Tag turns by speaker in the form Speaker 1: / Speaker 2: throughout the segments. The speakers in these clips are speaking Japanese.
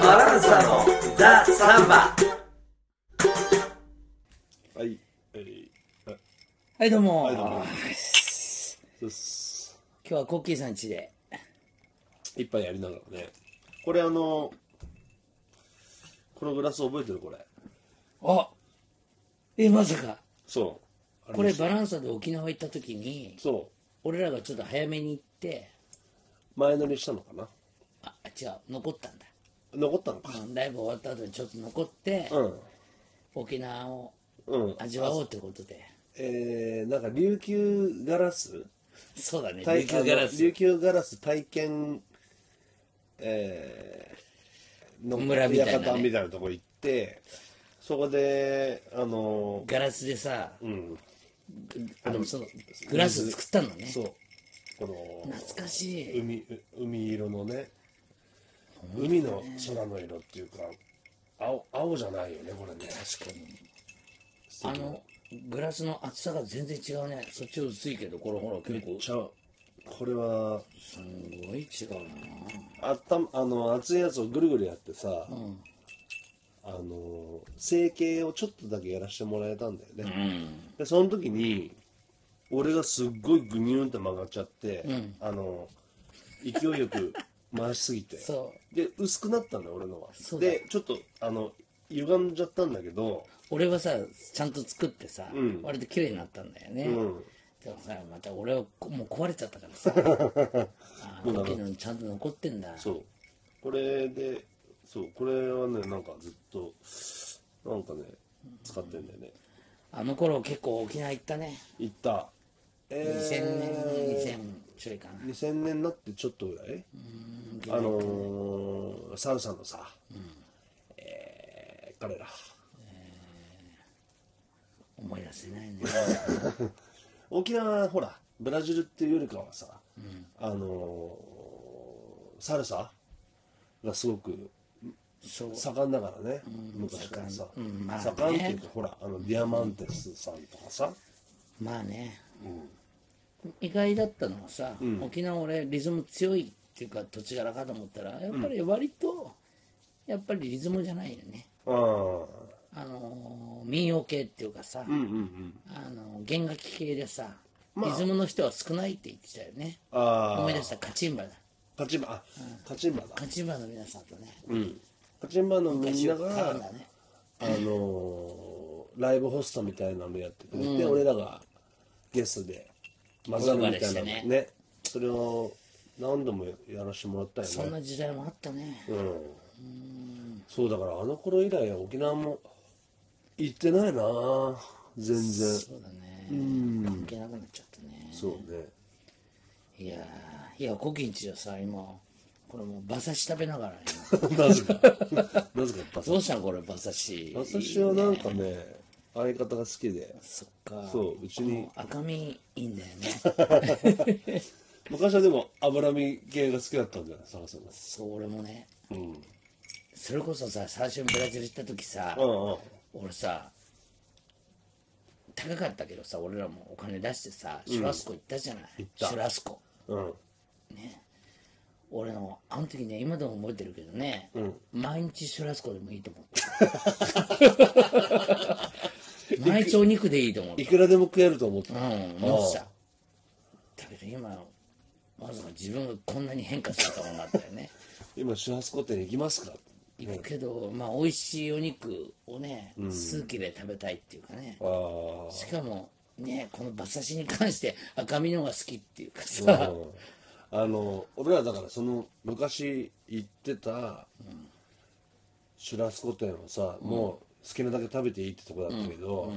Speaker 1: バランサのザ・サンバ
Speaker 2: はい。えー、はい
Speaker 3: はいどうも,、
Speaker 2: はいどうもそ
Speaker 3: 今
Speaker 2: うっす。
Speaker 3: 日はコッキーさん家で
Speaker 2: 一杯やりながらね。これあの、このグラス覚えてるこれ。
Speaker 3: あえまさか
Speaker 2: そう。
Speaker 3: これバ
Speaker 2: ン
Speaker 3: ランサで沖縄行った時に
Speaker 2: そ
Speaker 3: 俺らがちょっと早めに行って
Speaker 2: う。前乗りしたのかな
Speaker 3: あ違う残ったんだ
Speaker 2: 残ったのか。
Speaker 3: うんライブ終わった後にちょっと残って、沖縄を
Speaker 2: うん。うん。
Speaker 3: 味わおうということで
Speaker 2: えー、なんか琉球ガラス
Speaker 3: そうだね
Speaker 2: 体
Speaker 3: 琉球ガラ
Speaker 2: あの
Speaker 3: ス
Speaker 2: 琉球ガラス体験、えー、の
Speaker 3: 村みたいなね
Speaker 2: 館みたいなとこ行って、そこで、あの、
Speaker 3: ガラスでさ、
Speaker 2: うん。
Speaker 3: あのそのグラス作ったのね
Speaker 2: そう。この、
Speaker 3: 懐かしい
Speaker 2: 海海色のね海の空の色っていうか青青じゃないよねこれね
Speaker 3: 確かにあのグラスの厚さが全然違うねそっち薄いけどこれほら結構
Speaker 2: ちゃこれは
Speaker 3: すごい違うな
Speaker 2: あったあの熱いやつをぐるぐるやってさ、あの整形をちょっとだけやらせてもらえたんだよね、でその時に俺がすっごいグニューンって曲がっちゃって、あの勢いよく回しすぎて
Speaker 3: そ
Speaker 2: で薄くなったんだよ俺のは
Speaker 3: そうだ
Speaker 2: でちょっとあの歪んじゃったんだけど
Speaker 3: 俺はさちゃんと作ってさ、
Speaker 2: ん
Speaker 3: 割と綺麗になったんだよね、
Speaker 2: うん
Speaker 3: でもさまた俺はこもう壊れちゃったからさあー大きいのにちゃんと残ってんだ
Speaker 2: そうこれでそうこれはねなんかずっとなんかね使ってんだよね
Speaker 3: あの頃結構沖縄行ったね
Speaker 2: 行った
Speaker 3: 2000年
Speaker 2: え
Speaker 3: 2000ちょいかな
Speaker 2: ー、2000年になってちょっとぐらいあのー、サルさんのさ、えー、彼ら
Speaker 3: 思い出せないね
Speaker 2: 沖縄ほらブラジルっていうよりかはさ、あのー、サルサがすごく
Speaker 3: そう
Speaker 2: 盛んだからね、昔からさ、
Speaker 3: 盛んうんまあね
Speaker 2: 盛んっていうかほらあのディアマンテスさんとかさ、
Speaker 3: まあね、意外だったのはさ、沖縄俺リズム強いっていうか土地柄かと思ったらやっぱり割と、やっぱりリズムじゃないよね
Speaker 2: あー
Speaker 3: あのー民謡系っていうかさ、
Speaker 2: うんうんうん
Speaker 3: あの弦楽器系でさ、リズムの人は少ないって言ってたよね
Speaker 2: あ
Speaker 3: 思い
Speaker 2: あ
Speaker 3: 出したカチンバだ
Speaker 2: カチンバあカチンバだ
Speaker 3: カチンバの皆さんとね
Speaker 2: うんカチンバのみんな
Speaker 3: 昔は
Speaker 2: が
Speaker 3: カバーだね
Speaker 2: あのーライブホストみたいなのやってくれて、俺らがゲストで混ざるみたいなの
Speaker 3: お呼ばれし
Speaker 2: ね
Speaker 3: て
Speaker 2: それを何度もやらしてもらったよね
Speaker 3: そんな時代もあったね
Speaker 2: うんそうだからあの頃以来沖縄も行ってないな全然
Speaker 3: そうだね関係なくなっちゃったね
Speaker 2: そうね
Speaker 3: いやーいやコキンチはさ今これもう馬刺し食べながら今
Speaker 2: なぜかなぜかバ サ
Speaker 3: どうしたのこれ馬刺し
Speaker 2: 私はなんかね相方が好きで
Speaker 3: そっか
Speaker 2: そううちに
Speaker 3: この赤身いいんだよ ね
Speaker 2: 昔はでも脂身系が好きだったんじゃないサラさんが
Speaker 3: そう俺もね
Speaker 2: うん
Speaker 3: それこそさ最初にブラジル行った時さ、
Speaker 2: うんうん
Speaker 3: 俺さ高かったけどさ俺らもお金出してさシュラスコ行ったじゃない、
Speaker 2: た
Speaker 3: シュラスコ
Speaker 2: うん
Speaker 3: 俺のあの時ね今でも覚えてるけどね、毎日シュラスコでもいいと思った 毎日お肉でいいと思った
Speaker 2: いくらでも食えると思った、
Speaker 3: うん思ってただけど今まさか自分がこんなに変化するとは思わなかったよね
Speaker 2: 今シュラスコ店行きますか
Speaker 3: 行くけどまあ美味しいお肉をね数切れ食べたいっていうかね、
Speaker 2: ああ
Speaker 3: しかもねこの馬刺しに関して赤身の方が好きっていうかさ、
Speaker 2: あの俺らだからその昔行ってたシュラスコ店をさ、もう好きなだけ食べていいってとこだったけど、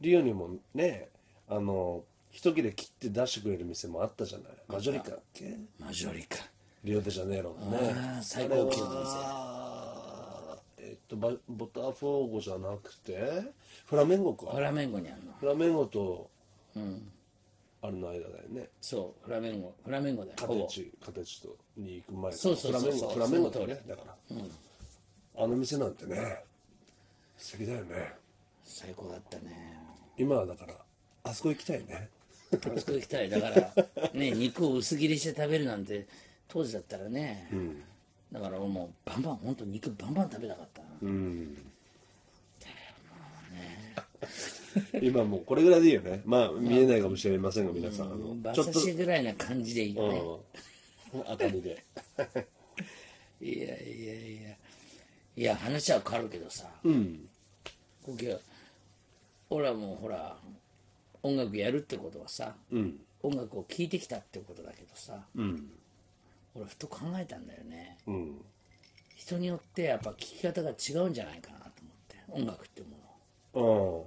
Speaker 2: リオにもねあの一切れ切って出してくれる店もあったじゃないマジョリカだっけ
Speaker 3: マジョリカ
Speaker 2: リオデジャネイロのね
Speaker 3: あー最高級
Speaker 2: あれ
Speaker 3: の店
Speaker 2: はえっとバボタフォーゴじゃなくてフラメンゴか
Speaker 3: フラメンゴにあるの
Speaker 2: フラメンゴと、あれの間だよね
Speaker 3: そうフラメンゴフラメンゴだよ
Speaker 2: カ
Speaker 3: ほ
Speaker 2: テ
Speaker 3: ぼ
Speaker 2: チカテチとに行く前
Speaker 3: そうそうそうそ
Speaker 2: フラ
Speaker 3: う
Speaker 2: メンゴフラメンゴだよね
Speaker 3: そ
Speaker 2: だから、あの店なんてね素敵だよね
Speaker 3: 最高だったね
Speaker 2: 今はだからあそこ行きたいね
Speaker 3: あそこ行きたいだから、ね、 肉を薄切りして食べるなんて当時だったらね、だから俺もうバンバン本当肉バンバン食べたかったな、
Speaker 2: 今もうこれぐらいでいいよねまあ見えないかもしれませんが皆さんあ
Speaker 3: 馬
Speaker 2: のちょっ
Speaker 3: 刺
Speaker 2: と
Speaker 3: しぐらいな感じでいいよね、
Speaker 2: うん明るいで
Speaker 3: いやいやいやいや話は変わるけどさ、こきは俺はもうほら音楽やるってことはさ、音楽を聴いてきたってことだけどさ、俺ふと考えたんだよね、
Speaker 2: ん
Speaker 3: 人によってやっぱ聴き方が違うんじゃないかなと思って音楽ってもの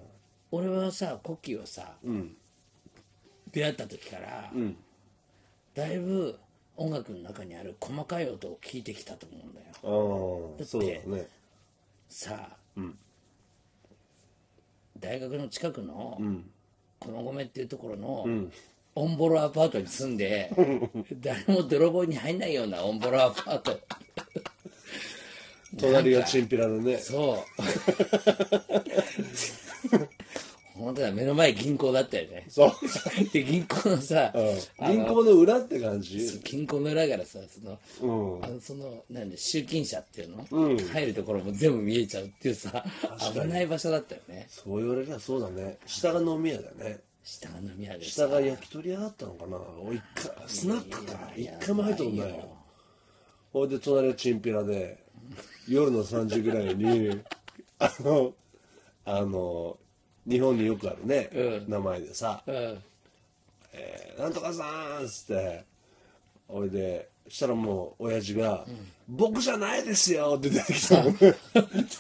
Speaker 2: うん
Speaker 3: 俺はさコッキーはさ、出会った時から、だいぶ音楽の中にある細かい音を聞いてきたと思うんだよ
Speaker 2: ああそうだね
Speaker 3: さあ、大学の近くの駒込っていうところの、オンボロアパートに住 んで誰も泥棒に入んないようなオンボロアパート
Speaker 2: 隣がチンピラのね
Speaker 3: そう 本当だ目の前銀行だったよね
Speaker 2: そう
Speaker 3: で銀行のさ、
Speaker 2: うん銀行の裏って感じ
Speaker 3: 銀行の裏からさその、
Speaker 2: うん
Speaker 3: あのそのなんで集金車っていうの、入るところも全部見えちゃうっていうさ危ない場所だったよね
Speaker 2: そう言われりゃそうだね下が飲み屋だね
Speaker 3: 下が飲み屋でさ
Speaker 2: 下が焼き鳥屋だったのかなおい一回スナックか一回も入ったことないよほいで隣はチンピラで夜の3時ぐらい にあのあの日本によくあるね、名前でさ
Speaker 3: うん
Speaker 2: 「なんとかさーん」っつっておいでしたらもう親父が「僕じゃないですよ」って出てきた のと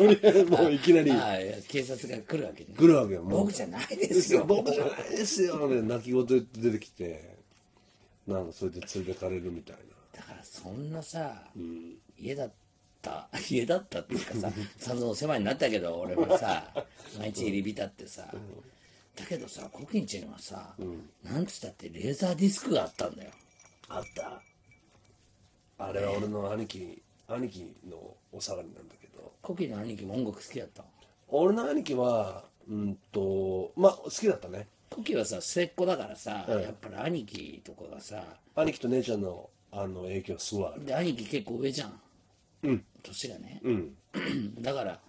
Speaker 2: りあえずもういきなり
Speaker 3: ああいや警察が来るわけね
Speaker 2: 来るわけよもう
Speaker 3: 僕じゃない ですよ
Speaker 2: 僕じゃないですよ」ね泣き言で出てきてなんかそれで連れてかれるみたいな
Speaker 3: だからそんなさ、家だった家だったっていうかさ散々お世話になったけど俺もさ毎日入り浸ってさ、だけどさコキンちゃんはさ、なんつったってレーザーディスクがあったんだよ
Speaker 2: あったあれは俺の兄貴兄貴のお下がりなんだけど
Speaker 3: コキンの兄貴も音楽好きだったの
Speaker 2: 俺の兄貴はうんとまあ好きだったね
Speaker 3: コキンはさ末っ子だからさ、やっぱり兄貴とかがさ
Speaker 2: 兄貴と姉ちゃんのあの影響すごいある
Speaker 3: で兄貴結構上じゃん、年がね、 だから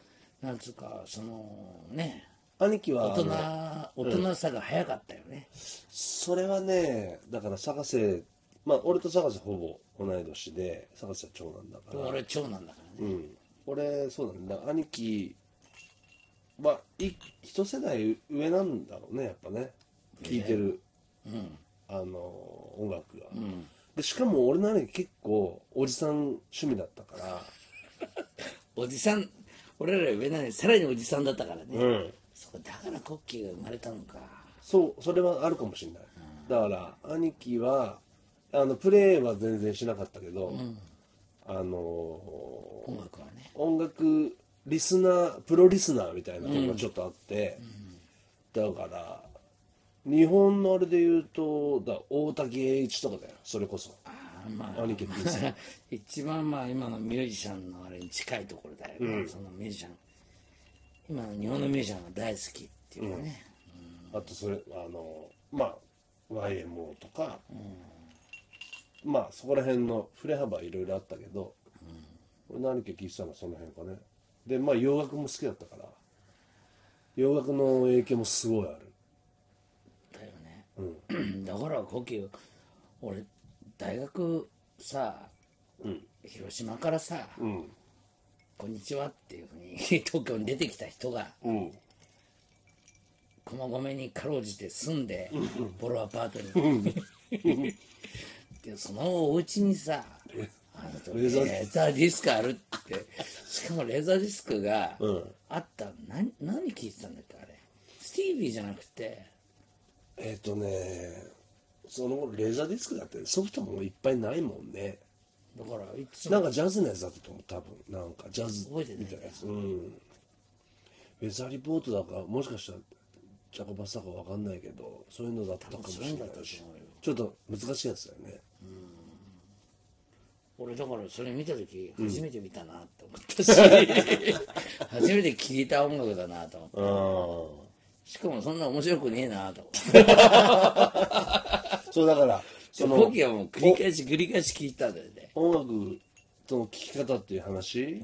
Speaker 3: なんつうかそのね
Speaker 2: 兄貴は
Speaker 3: 大
Speaker 2: あの
Speaker 3: 人大人さが早かったよね、
Speaker 2: それはねだから坂瀬まあ俺と坂瀬ほぼ同い年で坂瀬は長男だから
Speaker 3: 俺長男だからね、
Speaker 2: うん俺そうだねだから兄貴まあい一世代上なんだろうねやっぱね聴いてる、あの音楽が、でしかも俺の兄貴結構おじさん趣味だったから
Speaker 3: おじさん俺らより上なのにさらにおじさんだったからね、
Speaker 2: ん
Speaker 3: そうだからコッキーが生まれたのか
Speaker 2: そうそれはあるかもしれない、だから兄貴はあのプレーは全然しなかったけど、あの
Speaker 3: 音楽はね
Speaker 2: 音楽リスナープロリスナーみたいなのがちょっとあって、だから日本のあれで言うとだ大滝栄一とかだよそれこそ
Speaker 3: あーまあ
Speaker 2: 兄貴って さ
Speaker 3: 一番まあ今のミュージシャンのあれに近いところだよね、そのミュージシャン今の日本のミュージシャンが大好きっていうかね、
Speaker 2: あとそれあのまあ YMO とか、まあそこら辺の振れ幅いろいろあったけど、俺の兄貴聞いてたのはその辺かねでまあ洋楽も好きだったから洋楽の影響もすごいある
Speaker 3: だよね、 だからコキ俺大学さ、広島からさ、こんにちは」っていうふうに 東京に出てきた人が
Speaker 2: うん
Speaker 3: 駒込にかろうじて住んでボロアパートにでそのお家にさあのレ
Speaker 2: レザー
Speaker 3: ーザーディスクあるってしかもレーザーディスクがあった、何何聞いてたんだっけあれスティービーじゃなくて
Speaker 2: えっ、とねその頃レーザーディスクだってソフトもいっぱいないもんね
Speaker 3: だからいつも
Speaker 2: なんかジャズのやつだったと思う多分なんかジャズ
Speaker 3: 覚えてない
Speaker 2: み
Speaker 3: ん
Speaker 2: た
Speaker 3: だ
Speaker 2: い
Speaker 3: よ
Speaker 2: なやつうんウェザーリポートだかもしかしたらジャコバスだかわかんないけどそういうのだったかもしれ
Speaker 3: 多分そういうのだった
Speaker 2: ないし
Speaker 3: と思うよ
Speaker 2: ちょっと難しいやつだよね
Speaker 3: 俺だからそれ見た時初めて見たな って思ったし、初めて聴いた音楽だなと思って
Speaker 2: あ
Speaker 3: しかもそんな面白くねえなとか。
Speaker 2: そうだからその
Speaker 3: コキはもう繰り返し繰り返し聞いたんだよね。
Speaker 2: 音楽との聴き方っていう話、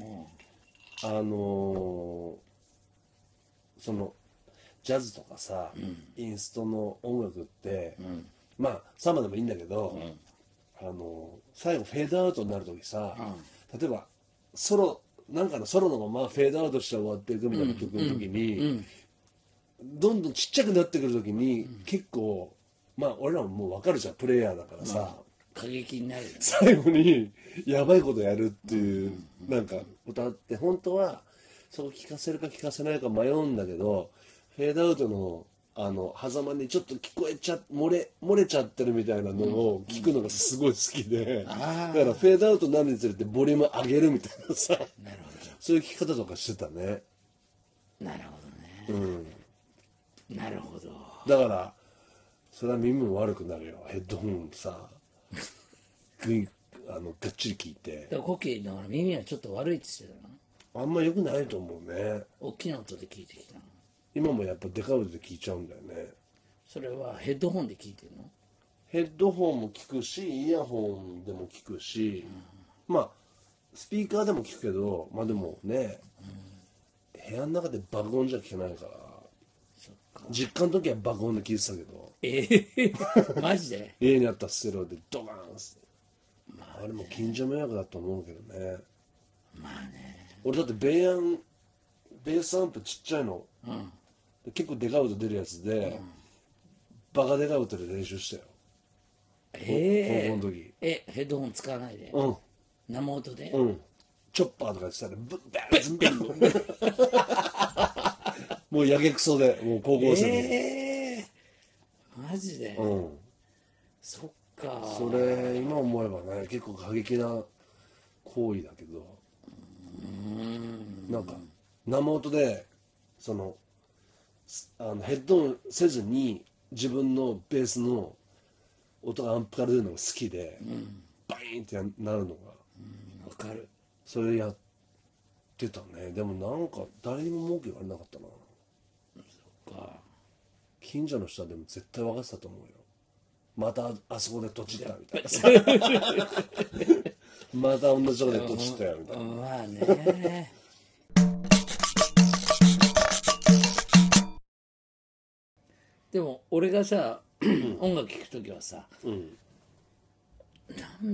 Speaker 2: あのーそのジャズとかさ、インストの音楽って、まあサマでもいいんだけど、あのー最後フェードアウトになる時さ、例えばソロなんかのソロのままフェードアウトして終わっていくみたいな曲の時に、どんどんちっちゃくなってくる時に、結構まあ俺らももう分かるじゃんプレイヤーだからさ。
Speaker 3: 過激になるよね。
Speaker 2: 最後にやばいことやるっていうなんか歌って本当はそこ聞かせるか聞かせないか迷うんだけどフェードアウトのあの狭間にちょっと聞こえちゃ漏れ漏れちゃってるみたいなのを聞くのがすごい好きでだからフェードアウトになるにつれてボリューム上げるみたいなさそういう聞き方とかしてたね
Speaker 3: なるほどね。なるほど。
Speaker 2: だからそれは耳も悪くなるよヘッドホンさグイあのがっちり聞いて
Speaker 3: でもコキだから耳はちょっと悪いって言ってたの。
Speaker 2: あんま良くないと思うね
Speaker 3: 大きな音で聞いてきたの。
Speaker 2: 今もやっぱデカウルで聞いちゃうんだよね
Speaker 3: それはヘッドホンで聞いてるの
Speaker 2: ヘッドホンも聞くしイヤホンでも聞くし、まあスピーカーでも聞くけどまあでもね、部屋の中で爆音じゃ聞けないから実家の時は爆音で聞いてたけど
Speaker 3: ええ マジ で
Speaker 2: 家にあったステレオでドカーンっつって、あ、れも近所迷惑だと思うけどねまあね俺だってベイアンベースアンプちっちゃいの、で結構デカウト出るやつで、バカデカウトで練習したよ
Speaker 3: え
Speaker 2: 高校の時
Speaker 3: ええヘッドホン使わないで、
Speaker 2: うん
Speaker 3: 生音で、
Speaker 2: うんチョッパーとかやってたらブッバンズンバン もうやけくそでもう高校生で、
Speaker 3: ええマジで、
Speaker 2: うん
Speaker 3: そっか
Speaker 2: それ今思えばね結構過激な行為だけどなんか生音でそのすあのヘッドホンせずに自分のベースの音がアンプから出るのが好きで、バイーンってやなるのが
Speaker 3: わかる
Speaker 2: それやってたねでもなんか誰にも文句言われなかったな
Speaker 3: か
Speaker 2: 近所の人はでも絶対分かってたと思うよまたあそこでとちったみたいなまた同じとこでとちったよみたいな
Speaker 3: まあねでも俺がさ音楽聴く時はさ、
Speaker 2: ん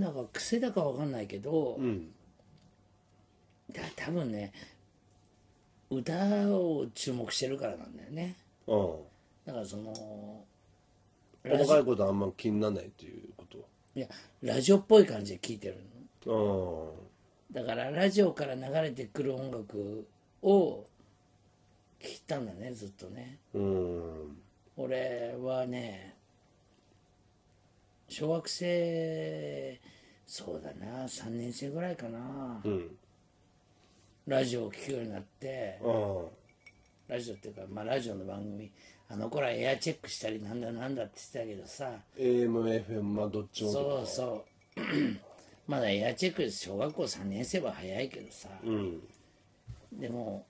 Speaker 3: なんだか癖だかわかんないけど、
Speaker 2: ん
Speaker 3: だ多分ね歌を注目してるからなんだよね
Speaker 2: うん
Speaker 3: だからそのラ
Speaker 2: 細
Speaker 3: ジ
Speaker 2: か
Speaker 3: オ
Speaker 2: いことはあんま気にならないっていうこ
Speaker 3: いやラジオっぽい感じで聴いてるの
Speaker 2: と
Speaker 3: だからラジオから流れてくる音楽を聴いたんだねずっとね
Speaker 2: うんうん
Speaker 3: 俺はね小学生そうだな3年生ぐらいかな、
Speaker 2: うん
Speaker 3: ラジオを聴くようになって
Speaker 2: うん
Speaker 3: ラジオっていうかまあラジオの番組あの頃はエアチェックしたりなんだなんだって言ってたけどさ
Speaker 2: AMFM まあどっちも
Speaker 3: そうそう まだエアチェック小学校3年生は早いけどさ、
Speaker 2: うん
Speaker 3: でも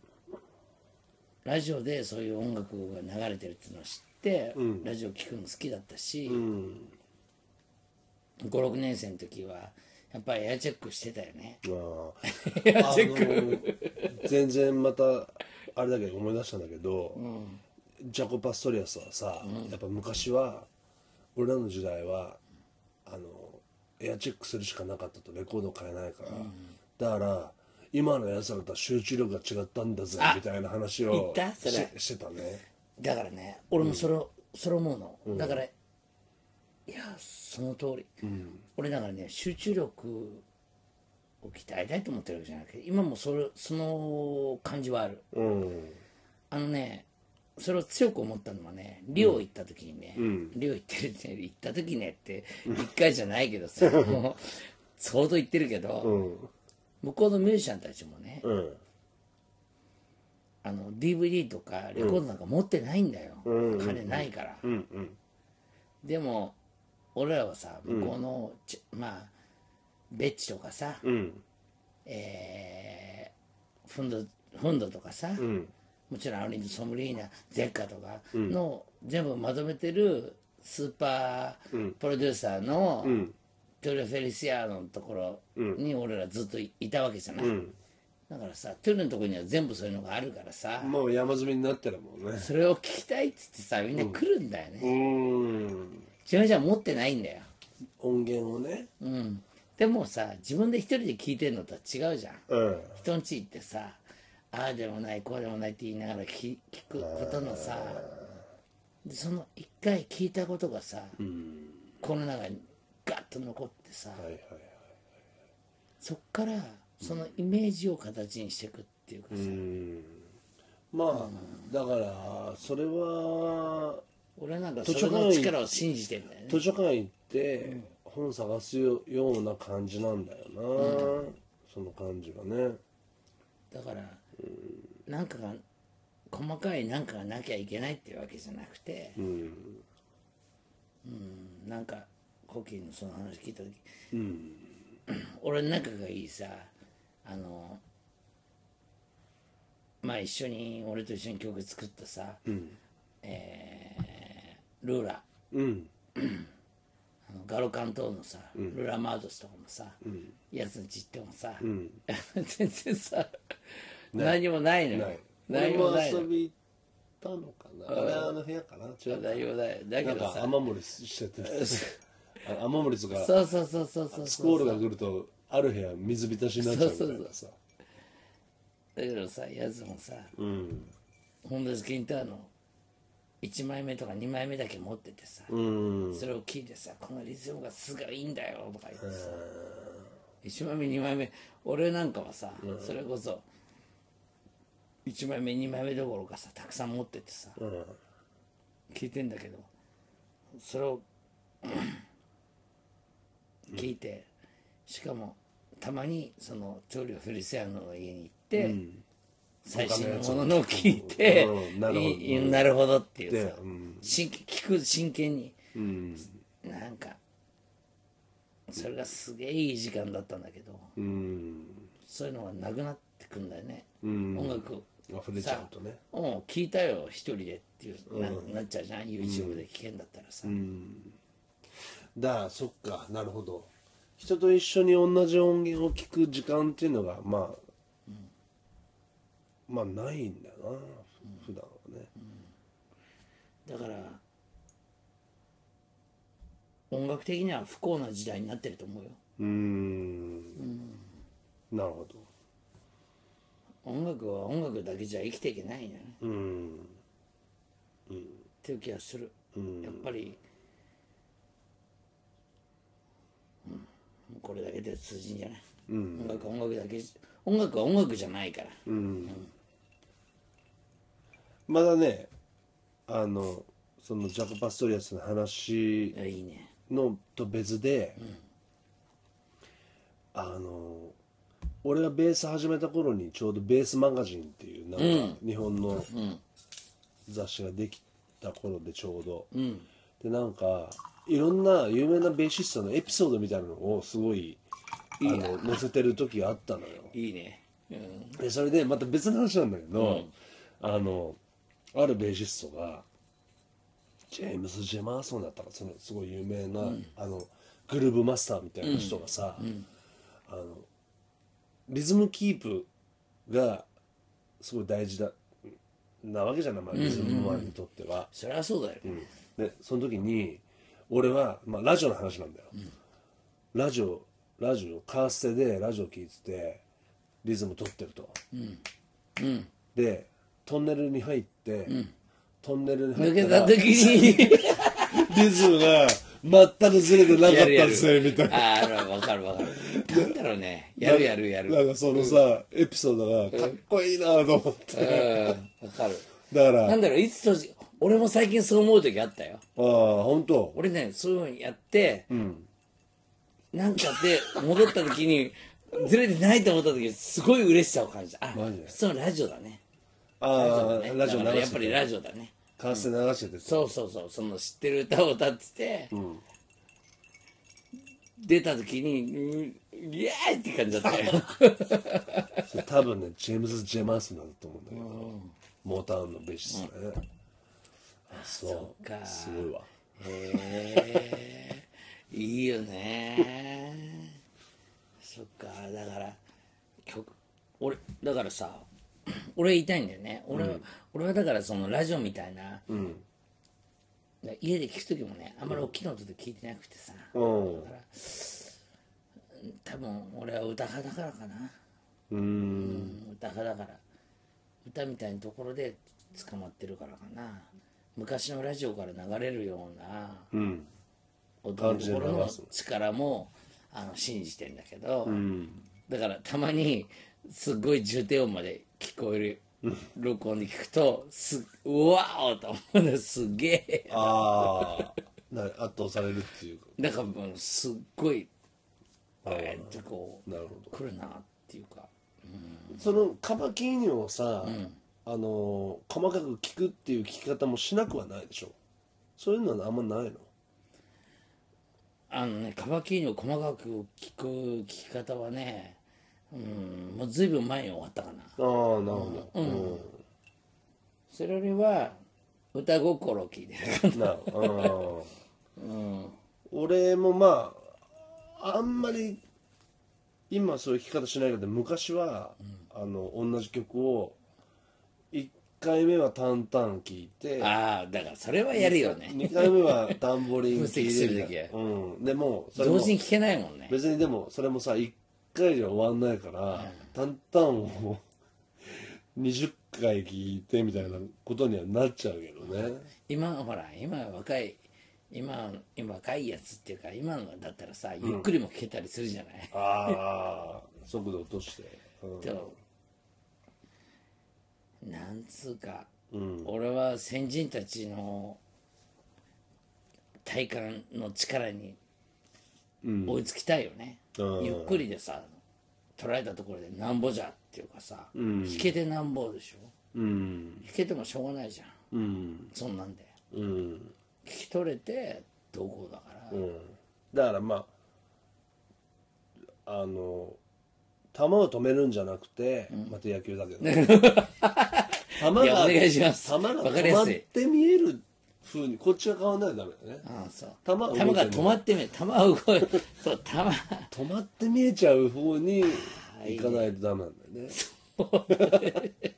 Speaker 3: ラジオでそういう音楽が流れてるっていうのを知って、ラジオ聴くの好きだったし、
Speaker 2: うん
Speaker 3: 56年生の時はやっぱりエアチェックしてたよね
Speaker 2: まああの全然またあれだけど思い出したんだけど、ジャコ・パストリアスはさ、やっぱ昔は俺らの時代はあのエアチェックするしかなかったとレコード買えないから、だから今のやつらとは集中力が違ったんだぜみたいな話を
Speaker 3: 言ったそれ
Speaker 2: ししてたね
Speaker 3: だからね俺もそれ,、それ思うの、だからいやその通り、俺だからね集中力を鍛えたいと思ってるわけじゃなくて今もそれその感じはある
Speaker 2: うん
Speaker 3: あのねそれを強く思ったのはねリオ行った時にね、リオ行ってるって行った時ねって一回じゃないけど さ、もう相当行ってるけど、
Speaker 2: うん
Speaker 3: 向こうのミュージシャンたちもね、
Speaker 2: うん
Speaker 3: あの DVD とかレコードなんか持ってないんだよ、金ないから、
Speaker 2: うんうん
Speaker 3: でも俺らはさ向こうのち、まあベッチとかさ、
Speaker 2: うん
Speaker 3: えーフンドフンドとかさ、
Speaker 2: うん
Speaker 3: もちろんアウリンドソムリーナゼッカとかの全部まとめてるスーパープロデューサーのトゥル・フェリシアーノのところに俺らずっといいたわけじゃない、だからさトゥルのところには全部そういうのがあるからさ、
Speaker 2: もう山積みになってるもんね
Speaker 3: それを聞きたいっつってさみんな来るんだよね、
Speaker 2: うーん
Speaker 3: 自分じゃ持ってないんだよ
Speaker 2: 音源をね
Speaker 3: うんでもさ自分で一人で聞いてるのとは違うじゃん
Speaker 2: うん
Speaker 3: 人んち行ってさああでもないこうでもないって言いながら聞聞くことのさでその一回聞いたことがさ、この中にガッと残ってさ、
Speaker 2: はいはい
Speaker 3: そっからそのイメージを形にしていくっていうかさ、
Speaker 2: まあ、だからそれは
Speaker 3: 俺なんかそれの力を信じてんだよね
Speaker 2: 図書館行って本探すような感じなんだよな、その感じがね
Speaker 3: だから、なんかが細かいなんかがなきゃいけないっていうわけじゃなくて、うんなんかコキのその話聞いた時、俺の仲がいいさあのまあ一緒に俺と一緒に曲作ったさ、えールーラ
Speaker 2: うん
Speaker 3: あのガロ関東のさ、ルラマードスとかもさ、やつにちってもさ、 全然さ何もないのよ
Speaker 2: ない
Speaker 3: 何もない
Speaker 2: 俺
Speaker 3: の
Speaker 2: も遊び行ったのかなあれあの部屋かな違う
Speaker 3: 何もないだ
Speaker 2: な
Speaker 3: け
Speaker 2: ん
Speaker 3: ど
Speaker 2: か
Speaker 3: さ
Speaker 2: 雨漏りしてて あ雨漏りとか
Speaker 3: そうそうそうそうそう
Speaker 2: スコールが来るとある部屋水浸しになっちゃうみたいなさ
Speaker 3: だけどさやつもさ、ホンダスキンターの1枚目とか2枚目だけ持っててさ、
Speaker 2: うん
Speaker 3: それを聞いてさこのリズムがすごいいいんだよとか言ってさ1枚目2枚目俺なんかはさ、それこそ1枚目2枚目どころかさたくさん持っててさ、
Speaker 2: ん
Speaker 3: 聞いてんだけどそれを聞いて、しかもたまにその調理フェリセアノの家に行って、最新のもののを聞いて、
Speaker 2: うんなるほど
Speaker 3: いいなるほどっていう
Speaker 2: で
Speaker 3: さ、
Speaker 2: うん
Speaker 3: 真剣聞く真剣に、
Speaker 2: うん
Speaker 3: なんかそれがすげえいい時間だったんだけど、
Speaker 2: うん
Speaker 3: そういうのがなくなってくんだよね、
Speaker 2: ん
Speaker 3: 音楽
Speaker 2: 溢れちゃうとね
Speaker 3: さうん聞いたよ一人でっていうな,、なっちゃうじゃん YouTube で聞けんだったらさ、
Speaker 2: だからそっかなるほど人と一緒に同じ音源を聞く時間っていうのがまあ、まあないんだよな普段はね、
Speaker 3: だから音楽的には不幸な時代になってると思うよ
Speaker 2: うーんなるほど
Speaker 3: 音楽は音楽だけじゃ生きていけないよね、
Speaker 2: うーん
Speaker 3: っていう気がする、やっぱり、うん、これだけで通じんじゃない、音楽は音楽だけ音楽は音楽じゃないから、
Speaker 2: まだねあのそのジャコ・パストリアスの話
Speaker 3: いいね
Speaker 2: のと別で、あの俺がベース始めた頃にちょうど「ベースマガジン」っていうなんか日本の雑誌ができた頃でちょうど、でなんかいろんな有名なベーシストのエピソードみたいなのをすごいあの載せてる時があったのよ
Speaker 3: いいねうん
Speaker 2: でそれでまた別の話なんだけど、あのあるベーシストがジェームス・ジェマーソンだったかそのすごい有名な、あのグルーブマスターみたいな人がさ、あのリズムキープがすごい大事だなわけじゃない、まあ、リズムマンにとっては。
Speaker 3: そりゃそうだよ、
Speaker 2: でその時に俺は、まあ、ラジオの話なんだよ、ラジオラジオカーステでラジオ聞いててリズム取ってると、でトンネルに入って、トンネルに入
Speaker 3: 抜
Speaker 2: っ
Speaker 3: け
Speaker 2: た
Speaker 3: た
Speaker 2: ら
Speaker 3: 時に
Speaker 2: リズムが全くずれてなかったんですよみたいな
Speaker 3: あーあのわかるわかるなんだろうねやるやるやる
Speaker 2: なんかそのさ、エピソードがかっこいいなと思って、
Speaker 3: うんわかる
Speaker 2: だから
Speaker 3: な
Speaker 2: あ
Speaker 3: んだろういつとじ俺も最近そう思う時あったよ
Speaker 2: あ本当
Speaker 3: 俺ねそういうのやって、なんかで戻った時にずれてないと思った時すごい嬉しさを感じたあ
Speaker 2: マジで
Speaker 3: 普通のラジオだね
Speaker 2: ああ
Speaker 3: ね
Speaker 2: ラジオ
Speaker 3: だ
Speaker 2: 流
Speaker 3: からやっ
Speaker 2: し
Speaker 3: ぱ
Speaker 2: て
Speaker 3: り
Speaker 2: て
Speaker 3: ラジオだね
Speaker 2: カーステ流してて、
Speaker 3: そうそうそうその知ってる歌を歌ってて、出た時にうイエーイって感じだったよ
Speaker 2: それ多分ねジェームズ・ジェマーソンだと思うんだけど、モータウンのベーシストね、あそう
Speaker 3: か
Speaker 2: すごいわ
Speaker 3: へえいいよねそっかだから曲俺だからさ俺言いたいんだよね俺,、は俺はだからそのラジオみたいな、家で聞く時もねあんまり大きな音で聞いてなくてさ、
Speaker 2: うん
Speaker 3: 多分俺は歌派だからかな
Speaker 2: うん
Speaker 3: うん歌派だから歌みたいなところで捕まってるからかな昔のラジオから流れるような
Speaker 2: うん
Speaker 3: 音のところ
Speaker 2: 感
Speaker 3: の
Speaker 2: じで流
Speaker 3: 力もあの信じてんだけど、だからたまにすっごい重低音まで聞こえる録音で聞くとすうわおと思うのすげえ
Speaker 2: ああな圧倒されるっていうか
Speaker 3: だからもうすっごいえーっとこう
Speaker 2: なるほど
Speaker 3: 来るなっていうか
Speaker 2: そのカマキリニをさ、あのー細かく聞くっていう聞き方もしなくはないでしょそういうのはあんまないの
Speaker 3: あのねカバキリの細かく聞く聞き方はねうんもう随分前に終わったか
Speaker 2: あ
Speaker 3: な
Speaker 2: あなるほど、
Speaker 3: それよりは歌心を聞いてる
Speaker 2: なるほど、うん、俺もまああんまり今そういう聞き方しないけど昔は、あの同じ曲を1回目は淡々聴いて
Speaker 3: ああだからそれはやるよね
Speaker 2: 2回目はタンボリン
Speaker 3: 分析する時
Speaker 2: や
Speaker 3: や
Speaker 2: うんでもそれも
Speaker 3: 同時に聞けないもんね
Speaker 2: 別にでもそれもさ1回では終わんないから淡々を 20回聞いてみたいなことにはなっちゃうけどね
Speaker 3: 今ほら今若い今今若いやつっていうか今のだったらさゆっくりも聞けたりするじゃない、
Speaker 2: ああ速度落として、うん
Speaker 3: でもなんつうか、俺は先人たちの体感の力に追いつきたいよね、
Speaker 2: うん
Speaker 3: ゆっくりでさ捉えたところでなんぼじゃっていうかさ、引けてなんぼでしょ
Speaker 2: うん
Speaker 3: 引けてもしょうがないじゃん
Speaker 2: うん
Speaker 3: そんなんで
Speaker 2: うん
Speaker 3: 聞き取れてどうこうだから、
Speaker 2: うんだからまああの球を止めるんじゃなくて、また野球だけど 球が
Speaker 3: いやお願いします
Speaker 2: 球が
Speaker 3: わか
Speaker 2: 止
Speaker 3: りや
Speaker 2: まっ
Speaker 3: すい
Speaker 2: て見える風にこっちが変わんないとダメだよね
Speaker 3: ああそう
Speaker 2: 球
Speaker 3: 球
Speaker 2: は動いてんの
Speaker 3: が止まってみる球は動いそう球は
Speaker 2: 止まって見えちゃう方に行かないとダメなんだよね。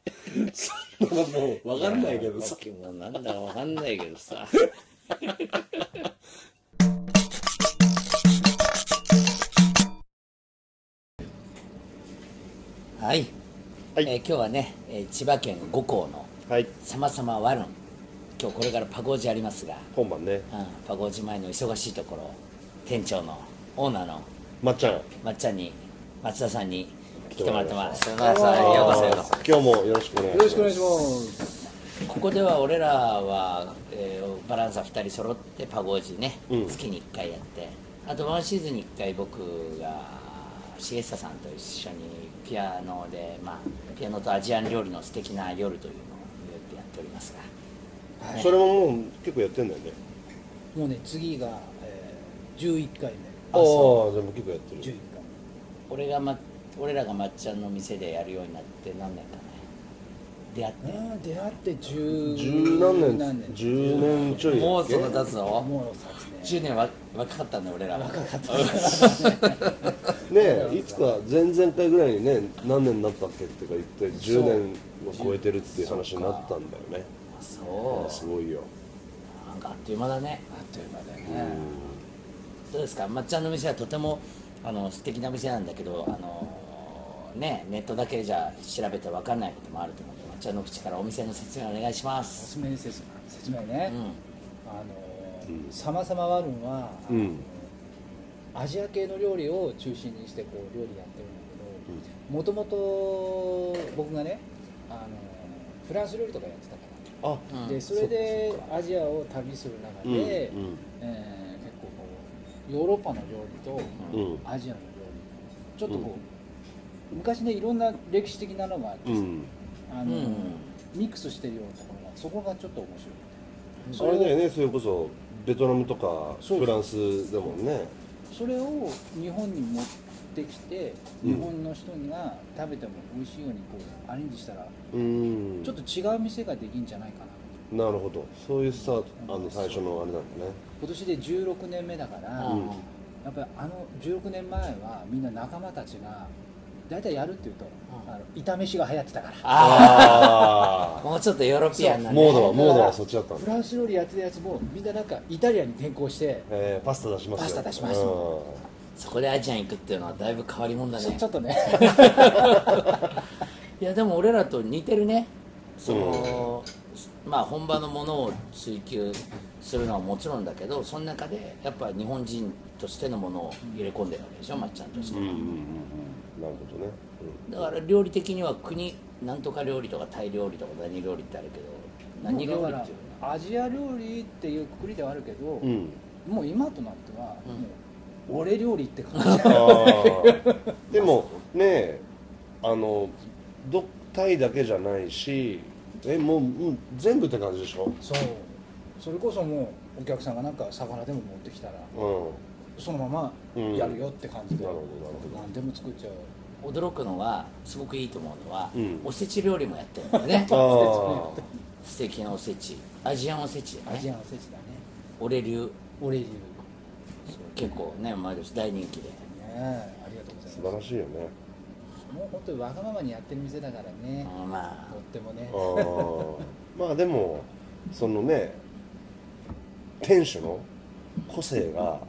Speaker 2: そんなのもう分かんないけど
Speaker 3: さ
Speaker 2: さ
Speaker 3: っ。きもなんだかわかんないけどさはい、
Speaker 4: はい
Speaker 3: えー今日はね、えー千葉県五校の
Speaker 4: はい
Speaker 3: 「さまさまワルン」今日これからパゴージありますが、
Speaker 4: 今晩ね
Speaker 3: うん、パゴージ前の忙しいところ店長のオーナーの
Speaker 4: まっちゃん
Speaker 3: まっちゃんに松田さんに来てもらってますよう
Speaker 4: あ
Speaker 3: こそようこそようこそ
Speaker 4: 今日もよろしくお願いします
Speaker 5: よろしくお願いします。
Speaker 3: ここでは俺らは、えーバランサー2人揃ってパゴージね、
Speaker 4: うん
Speaker 3: 月に1回やってあとワンシーズンに1回僕がシエスタさんと一緒にピアノで、まあ、ピアノとアジアン料理の素敵な夜というのをやってやっておりますが
Speaker 4: それももう結構やってんだよね
Speaker 5: もうね、次が、えー、11回
Speaker 4: ああーでも結構やっ
Speaker 5: 目。
Speaker 4: てる
Speaker 5: 11回
Speaker 3: 俺が、ま、俺らがまっちゃんの店でやるようになって何年かね出会って
Speaker 5: 目。ああ、出会って10
Speaker 4: 十何年十年ちょい
Speaker 3: も
Speaker 4: や
Speaker 3: う
Speaker 4: っ
Speaker 3: そ
Speaker 4: け
Speaker 3: んな経つの
Speaker 5: もうそうですね。
Speaker 3: 10年わ若かったんだ俺らは若かった
Speaker 4: ねえいつか前々回ぐらいにね何年になったっけってか言って10年を超えてるっていう話になったんだよね
Speaker 3: そ
Speaker 4: すごいよ
Speaker 3: うなんかあっという間だね
Speaker 5: あっという間だね。
Speaker 3: どうですかまっちゃんの店はとてもあの素敵な店なんだけどあのねネットだけじゃ調べて分かんないこともあると思うのでまっちゃんの口からお店の説明お願いしま
Speaker 5: お
Speaker 3: す
Speaker 5: すすめ説説明ね。
Speaker 3: うん
Speaker 5: あのー、さまさまワルンは、あの
Speaker 4: う
Speaker 5: ー
Speaker 4: ん
Speaker 5: アジア系の料理を中心にしてこう料理やってるんだけど、もともと僕がね、あのーフランス料理とかやってたから。
Speaker 4: あ
Speaker 3: うん
Speaker 5: でそれでアジアを旅する中で、
Speaker 4: うんうん
Speaker 5: えー結構こうヨーロッパの料理と
Speaker 4: うん
Speaker 5: アジアの料理ちょっとこう、昔ねいろんな歴史的なのがあって、
Speaker 4: うん
Speaker 5: あ
Speaker 3: う
Speaker 5: の
Speaker 3: ん
Speaker 5: ミックスしてるようなところがそこがちょっと面白い
Speaker 4: あれだよねそれこそベトナムとかフランスだもんね
Speaker 5: それを日本に持ってきて日本の人が食べても美味しいようにこうアレンジしたら
Speaker 2: うん
Speaker 5: ちょっと違う店ができんじゃないかな
Speaker 2: なるほどそういうスタートあの最初のあれなんだね
Speaker 5: 今年で16年目だから、
Speaker 3: うん
Speaker 5: やっぱりあの16年前はみんな仲間たちが大体やるっていうと、あの炒めしが流行ってたから
Speaker 2: あ
Speaker 3: もうちょっとヨーロピアンな
Speaker 2: あ
Speaker 3: ね
Speaker 2: モードはモードはそっちだったん
Speaker 5: フ
Speaker 2: だ、
Speaker 5: ランス料理やってるやつもみんななんかイタリアに転向して
Speaker 2: えー、パスタ出しますよ
Speaker 5: パスタ出します
Speaker 2: うん
Speaker 3: そこでアジアン行くっていうのはだいぶ変わり者だ
Speaker 5: ちょ
Speaker 3: ね
Speaker 5: ちょ っとね
Speaker 3: いやでも俺らと似てるねその、まあ本場のものを追求するのはもちろんだけどその中でやっぱ日本人としてのものを入れ込んでるわけでしょまっちゃんとして、
Speaker 2: うんうんうんうんなるほどね、
Speaker 3: だから料理的には国なんとか料理とかタイ料理とか何料理ってあるけど何料理
Speaker 5: だ
Speaker 3: っ
Speaker 5: か
Speaker 3: ていうの
Speaker 5: らアジア料理っていうくくりではあるけど、
Speaker 2: うんうん、
Speaker 5: もう今となっては、もう俺料理って 感じ
Speaker 2: あーでもねえあのどタイだけじゃないしえもう、うん、全部って感じでしょ
Speaker 5: そうそれこそもうお客さんがなんか魚でも持ってきたら
Speaker 2: う
Speaker 5: そのままやるよって感じで、
Speaker 2: うんなるほどなるほど
Speaker 5: 何でも作っちゃう
Speaker 3: 驚くのはすごくいいと思うのは、
Speaker 2: うん
Speaker 3: おせち料理もやってるんだよね
Speaker 2: ん ああ
Speaker 3: 素敵なおせちアジアンおせち、ね、
Speaker 5: アジアンおせちだね
Speaker 3: 俺流
Speaker 5: 俺流ね
Speaker 3: 結構ね毎年大人気で
Speaker 5: えありがとうござい
Speaker 2: 素
Speaker 5: ま
Speaker 2: 晴らしいよね
Speaker 5: すもう本当にわがままにやってる店だからね
Speaker 3: うんま
Speaker 5: とってもね
Speaker 2: あーまあでもそのね店主の個性が、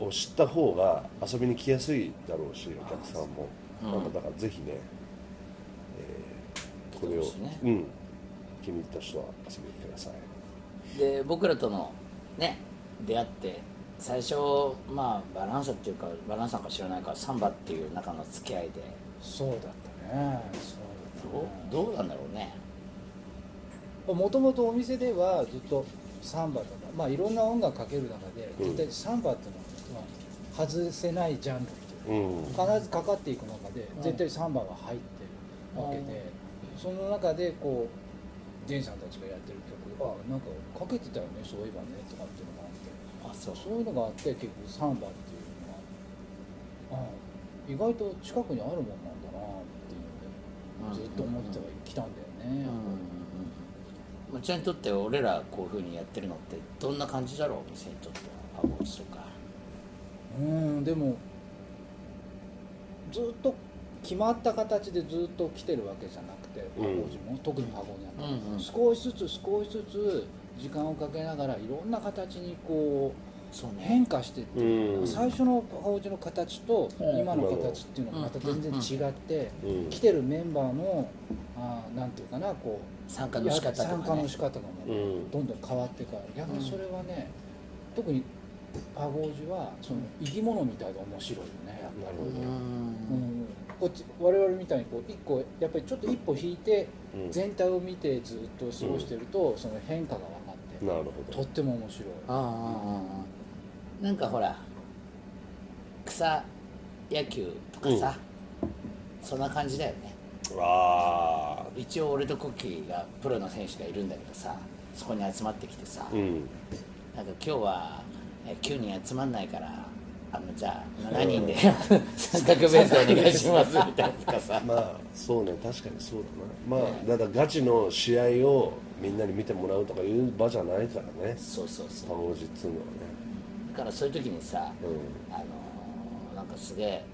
Speaker 2: を知った方が遊びに来やすいだろうしお客さんも、なんかだからぜひね、えーこれを、
Speaker 3: そうですね
Speaker 2: うん気に入った人は遊びに来てください
Speaker 3: あで僕らとのね出会って最初まあバランサっていうかバランサか知らないからサンバっていう中の付き合いで
Speaker 5: そうだったねそうだ
Speaker 3: どうどうなんだろうね
Speaker 5: ったもともとお店ではずっとサンバとかまあいろんな音楽かける中で
Speaker 2: うん
Speaker 5: 絶対サンバっていうのは外せないジャンルっていうか
Speaker 2: うん
Speaker 5: 必ずかかっていく中で絶対サンバが入ってるわけで、その中でこうジェンさんたちがやってる曲あなんかかけてたよねそういえばねとかっていうのがあって
Speaker 3: あそう
Speaker 5: そういうのがあって結構サンバっていうのがあ意外と近くにあるもんなんだなっていうのでずっと思ってはきたんだよね、
Speaker 3: まっちゃんにとって俺らこういうふうにやってるのってどんな感じだろうお店にとってはパフォーマンスとか
Speaker 5: うんでもずっと決まった形でずっと来てるわけじゃなくてパゴジも、特にパゴジなんか、
Speaker 3: うんうん
Speaker 5: 少しずつ少しずつ時間をかけながらいろんな形にこ
Speaker 3: そう
Speaker 5: う
Speaker 3: ね
Speaker 5: 変化してって、
Speaker 2: うん
Speaker 5: 最初のパゴジの形と
Speaker 3: うん
Speaker 5: 今の形っていうのがまた全然違って、
Speaker 2: うん
Speaker 5: 来てるメンバーのあーなんていうかなこう
Speaker 3: 参加の仕方とか、ね、
Speaker 5: 参加の仕方とか
Speaker 2: う
Speaker 5: も
Speaker 2: ん
Speaker 5: どんどん変わってから逆にそれはね、特にパゴージュはその生き物みたいで面白いよねやっぱり、
Speaker 3: う
Speaker 5: うん
Speaker 3: ん
Speaker 5: こっち我々みたいにこう一個やっぱりちょっと一歩引いて
Speaker 2: うん
Speaker 5: 全体を見てずっと過ごしてると、その変化が分かって、
Speaker 2: なる
Speaker 5: と
Speaker 2: ほ
Speaker 5: っても面白い
Speaker 3: あああああなんかほら草野球とかさ、そんな感じだよね
Speaker 2: どああ
Speaker 3: 一応俺とコッキーがプロの選手がいるんだけどさそこに集まってきてさ、
Speaker 2: うん
Speaker 3: なんか今日はえ9人集まんないからあのじゃあ7人で三角弁当お願いしますみたいなとか さ
Speaker 2: まあそうね確かにそうだなまあだからガチの試合をみんなに見てもらうとかいう場じゃないからね
Speaker 3: そうそうそう
Speaker 2: パゴジっつうのはね
Speaker 3: だからそういう時にさ、
Speaker 2: う
Speaker 3: あのーなんかすげえ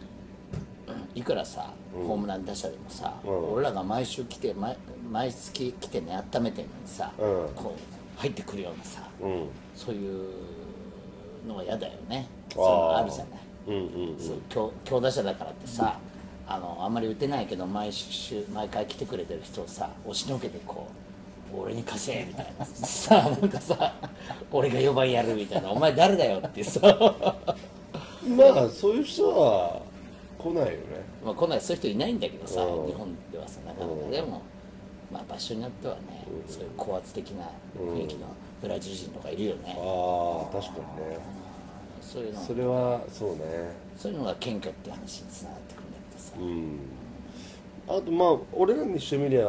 Speaker 3: うんいくらさ、ホームラン打者でもさ、
Speaker 2: うん
Speaker 3: 俺らが毎週来て毎毎月来てね温めてるのにさ、
Speaker 2: うん
Speaker 3: こう入ってくるようなさ
Speaker 2: うん
Speaker 3: そういうのは嫌だよね
Speaker 2: ー
Speaker 3: そういうのあるじゃない
Speaker 2: うんうん
Speaker 3: そう強強打者だからってさ、あのあんまり打てないけど毎週毎回来てくれてる人をさ押しのけてこう俺に貸せみたい なさなんかさ俺が4番やるみたいなお前誰だよっ てさ
Speaker 2: まあそういう人は来ないよね
Speaker 3: まあこんなそういう人いないんだけどさ
Speaker 2: うん
Speaker 3: 日本ではさなかなかでも、まあ、場所によってはねそういう高圧的な雰囲気のブラジル人とかいるよね、
Speaker 2: ああ確かにね
Speaker 3: そういうの
Speaker 2: それはそうね
Speaker 3: そういうのが謙虚って話につながってくるんだけどさ、
Speaker 2: うんあとまあ俺らにしてみりゃあ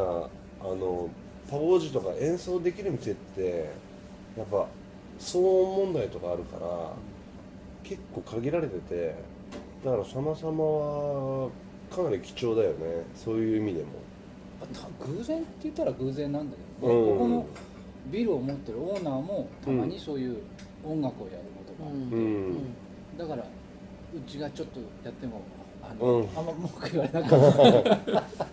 Speaker 2: のパゴジとか演奏できる店ってやっぱ騒音問題とかあるから結構限られててだから「さまさま」はかなり貴重だよねそういう意味でも
Speaker 5: まあた偶然って言ったら偶然なんだけど、
Speaker 2: うん
Speaker 5: ここのビルを持ってるオーナーもたまにそういう音楽をやることがある、
Speaker 2: うん、
Speaker 5: だからうちがちょっとやってもあの、
Speaker 2: うん
Speaker 5: あんま文句言われなか った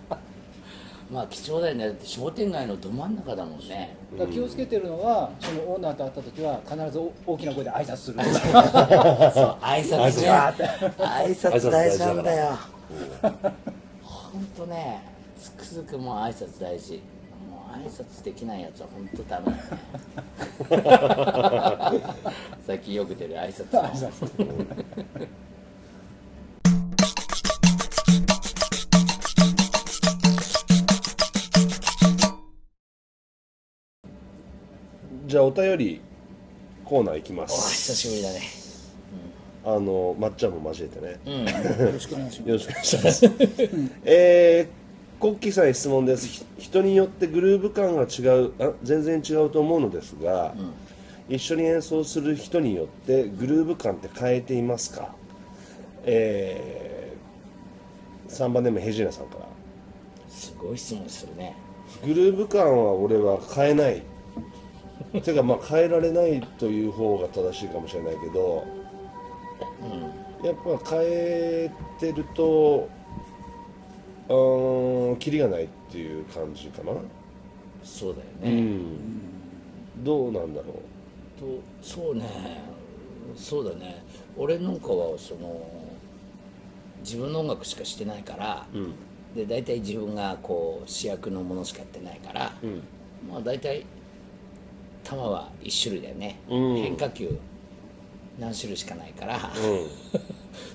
Speaker 3: まあ貴重だよねだって商店街のど真ん中だもん ね
Speaker 5: だから気をつけてるのはそのオーナーと会った時は必ずお大きな声で挨拶 する
Speaker 3: そう挨拶ね挨拶大事なんだよ本当ねつくづくもう挨拶大事もう挨拶できないやつは本当ダメだね 最近よく出る挨拶の
Speaker 2: じゃあお便りコーナーいきま
Speaker 3: お
Speaker 2: す
Speaker 3: 久しぶりだね
Speaker 2: あのまっちゃんも交えてね、
Speaker 5: よろしくお願いします
Speaker 2: よろしくお願いします。えー、コッキーさんへ質問です。ひ人によってグルーヴ感が違う、あ全然違うと思うのですが、一緒に演奏する人によってグルーヴ感って変えていますか、えー、3番でもヘジーナさんから。
Speaker 3: すごい質問するね
Speaker 2: グルーヴ感は俺は変えない。てかまあ変えられないという方が正しいかもしれないけど、やっぱ変えてるとうーんキリがないっていう感じかな
Speaker 3: そうだよね、
Speaker 2: どうなんだろ
Speaker 3: とそうねそうだね俺なんかはその自分の音楽しかしてないから、で大体自分がこう主役のものしかやってないから、まあ大体球は1種類だよね、変化球何種類しかないから、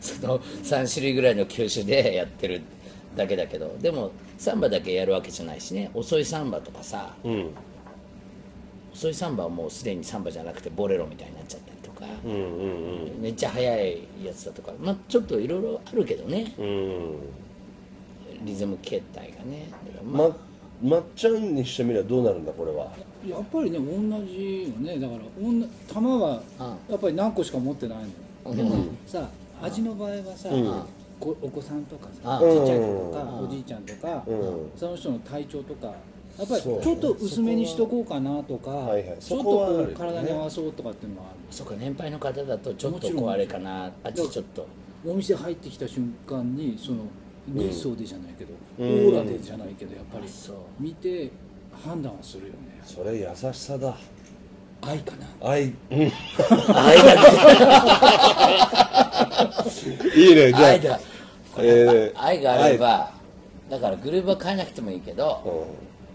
Speaker 3: その3種類ぐらいの球種でやってるだけだけどでもサンバだけやるわけじゃないしね遅いサンバとかさ、
Speaker 2: ううん
Speaker 3: 遅いサンバはもうすでにサンバじゃなくてボレロみたいになっちゃったりとか、
Speaker 2: うんうん
Speaker 3: めっちゃ速いやつだとかまあちょっといろいろあるけどね
Speaker 2: うんうん
Speaker 3: リズム形態がねだからまあ
Speaker 2: ままっちゃんにしてみればどうなるんだこれは
Speaker 5: やっぱりね同じよねだからおんな玉は
Speaker 3: う
Speaker 5: やっぱり何個しか持ってないのよでもさ味の場合はさ、こお子さんとかさ
Speaker 3: あ
Speaker 5: ちっちゃい子とか、おじいちゃんとか、
Speaker 2: ん
Speaker 5: その人の体調とかやっぱりち
Speaker 2: そう
Speaker 5: ょっと薄めにしとこうかなとか、
Speaker 2: はいはい
Speaker 5: ちょ
Speaker 2: そ
Speaker 5: っと
Speaker 2: こはあるよ
Speaker 5: こ
Speaker 2: ね
Speaker 5: う体に合わそうとかっていうのはある
Speaker 3: そうか年配の方だとちょっ
Speaker 5: も
Speaker 3: と
Speaker 5: ちろん
Speaker 3: こうあれかなあっちちょっと
Speaker 5: お店入ってきた瞬間にその人相でじゃないけど、オーラでじゃないけどやっぱり
Speaker 3: そう
Speaker 5: 見て判断はするよね
Speaker 2: それ優しさだ
Speaker 5: 愛かな
Speaker 2: 愛
Speaker 3: 愛が
Speaker 2: いいねじゃあ
Speaker 3: 愛だ
Speaker 2: えー
Speaker 3: 愛があればだからグルーブは変えなくてもいいけど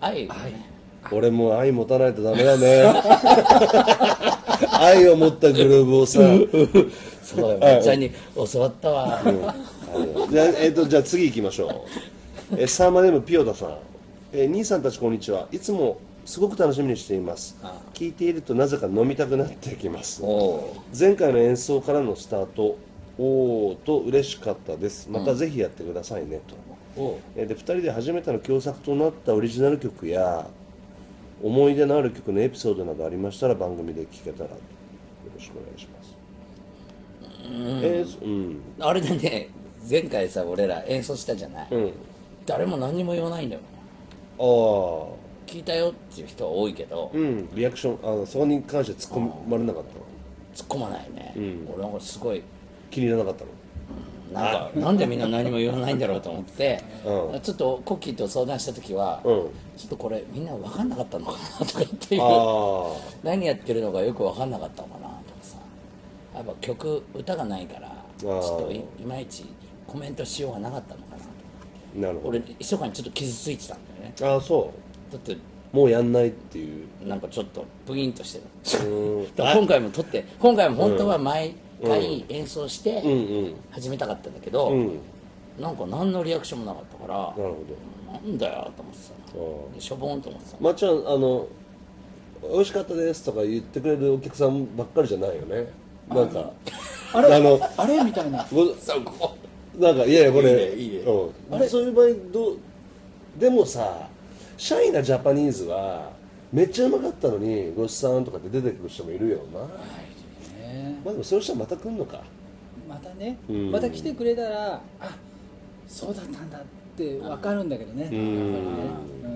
Speaker 2: うん
Speaker 3: 愛がね
Speaker 2: 俺も愛持たないとダメだね 愛を持ったグルーブをさ
Speaker 3: そうだよめっちゃんに教わったわ
Speaker 2: じゃあ,、えー、とじゃあ次行きましょう、えー、サーマネームピオタさん、えー兄さんたちこんにちはいつもすごく楽しみにしています聞いているとなぜか飲みたくなってきます
Speaker 3: おお
Speaker 2: 前回の演奏からのスタートおおと嬉しかったですまたぜひやってくださいね、と
Speaker 3: お
Speaker 2: えーで2人で初めての共作となったオリジナル曲や思い出のある曲のエピソードなどありましたら番組で聞けたらよろしくお願いします。えーそうん
Speaker 3: あれでね前回さ俺ら演奏したじゃない、
Speaker 2: うん
Speaker 3: 誰も何にも言わないんだよ
Speaker 2: ああ
Speaker 3: 聞いたよっていう人は多いけど、
Speaker 2: うんリアクションあのそこに関して突っ込まれなかったの
Speaker 3: 突っ込まないね、俺なんかすごい
Speaker 2: 気に入らなかったの
Speaker 3: な んかなんでみんな何も言わないんだろうと思って、
Speaker 2: う
Speaker 3: ちょっとコッキーと相談した時は、
Speaker 2: うん
Speaker 3: ちょっとこれみんな分かんなかったのかなとか言って
Speaker 2: あ
Speaker 3: 何やってるのかよく分かんなかったのかなとかさやっぱ曲歌がないからちょっといいまいちコメントしようがなかったのかなと
Speaker 2: あなるほ
Speaker 3: 俺密かにちょっと傷ついてたんだよね
Speaker 2: どああそ
Speaker 3: だって
Speaker 2: うもうやんないっていう
Speaker 3: なんかちょっとプギンとしてる
Speaker 2: うん
Speaker 3: だから今回も撮って今回も本当は毎回演奏して始めたかったんだけど、
Speaker 2: うん
Speaker 3: なんか何のリアクションもなかったから
Speaker 2: なるほど
Speaker 3: なんだよと思ってたの
Speaker 2: あ
Speaker 3: でしょぼんと思ってたの
Speaker 2: まっちゃんあの美味しかったですとか言ってくれるお客さんばっかりじゃないよねなんか
Speaker 5: あれ
Speaker 2: あの
Speaker 5: あれみたいな
Speaker 2: ご
Speaker 3: そこ
Speaker 2: なんかいやいやこれ
Speaker 3: いいねいいね
Speaker 2: うん、そういう場合どうでもさシャイなジャパニーズはめっちゃうまかったのにごちそうさんとかって出てくる人もいるよな
Speaker 5: ね
Speaker 2: まあでもそういう人はまた来んのか
Speaker 5: またね、
Speaker 2: うん
Speaker 5: また来てくれたらあそうだったんだって分かるんだけどね、
Speaker 2: うん
Speaker 5: やっぱりね、う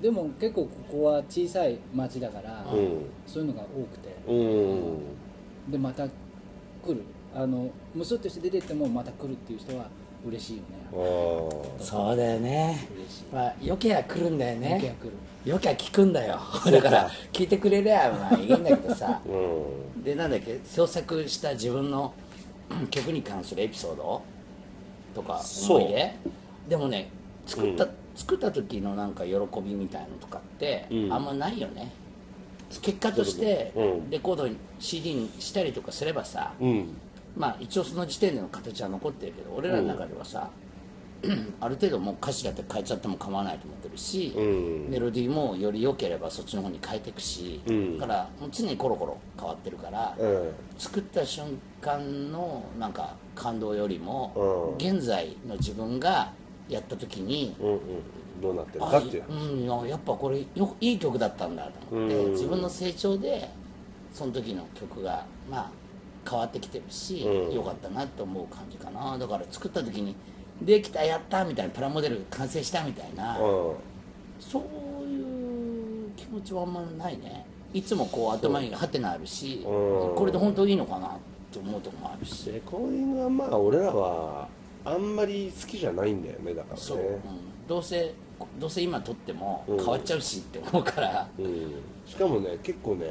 Speaker 5: ん、でも結構ここは小さい町だから、
Speaker 2: うん
Speaker 5: そういうのが多くて
Speaker 2: うん
Speaker 5: でまた来るあの無双として出てってもまた来るっていう人は嬉しいよ
Speaker 2: あ
Speaker 5: ね
Speaker 2: あ
Speaker 3: そうだよね
Speaker 5: 嬉しい
Speaker 3: まあ余計は来るんだよ
Speaker 5: 人気が
Speaker 3: ね
Speaker 5: 来る
Speaker 3: 余計は聞くんだよ だから聞いてくれりゃまあいいんだけどさ
Speaker 2: うん
Speaker 3: でなんだっけ創作した自分の うん曲に関するエピソードとか
Speaker 2: そう
Speaker 3: 思い出でもね作った、
Speaker 2: うん
Speaker 3: 作った時のなんか喜びみたいのとかって、
Speaker 2: うん
Speaker 3: あんまないよね結果として
Speaker 2: うん
Speaker 3: レコードに CD にしたりとかすればさ、
Speaker 2: うん
Speaker 3: まあ一応その時点での形は残ってるけど俺らの中ではさ、ある程度もう歌詞だって変えちゃっても構わないと思ってるし、
Speaker 2: うん
Speaker 3: メロディーもより良ければそっちの方に変えていくし、
Speaker 2: うん
Speaker 3: だからもう常にコロコロ変わってるから、
Speaker 2: うん
Speaker 3: 作った瞬間のなんか感動よりも、
Speaker 2: う
Speaker 3: 現在の自分がやった時に、
Speaker 2: うんうんどうなってる
Speaker 3: あ
Speaker 2: かっていう
Speaker 3: うん、ややっぱこれよいい曲だったんだと思って、
Speaker 2: うん
Speaker 3: 自分の成長でその時の曲がまあ変わってきてるし、
Speaker 2: うん
Speaker 3: よかったなと思う感じかなだから作った時にできたやったみたいなプラモデル完成したみたいな、
Speaker 2: うん
Speaker 3: そういう気持ちはあんまないねいつもこう頭にハテナあるし、
Speaker 2: うん
Speaker 3: これで本当いいのかなって思うとこもあるし
Speaker 2: レコーディングはまあ俺らはあんまり好きじゃないんだよねだからね
Speaker 3: そう、うんどうせどうせ今撮っても変わっちゃうしって思うから、
Speaker 2: うん、しかもね結構ね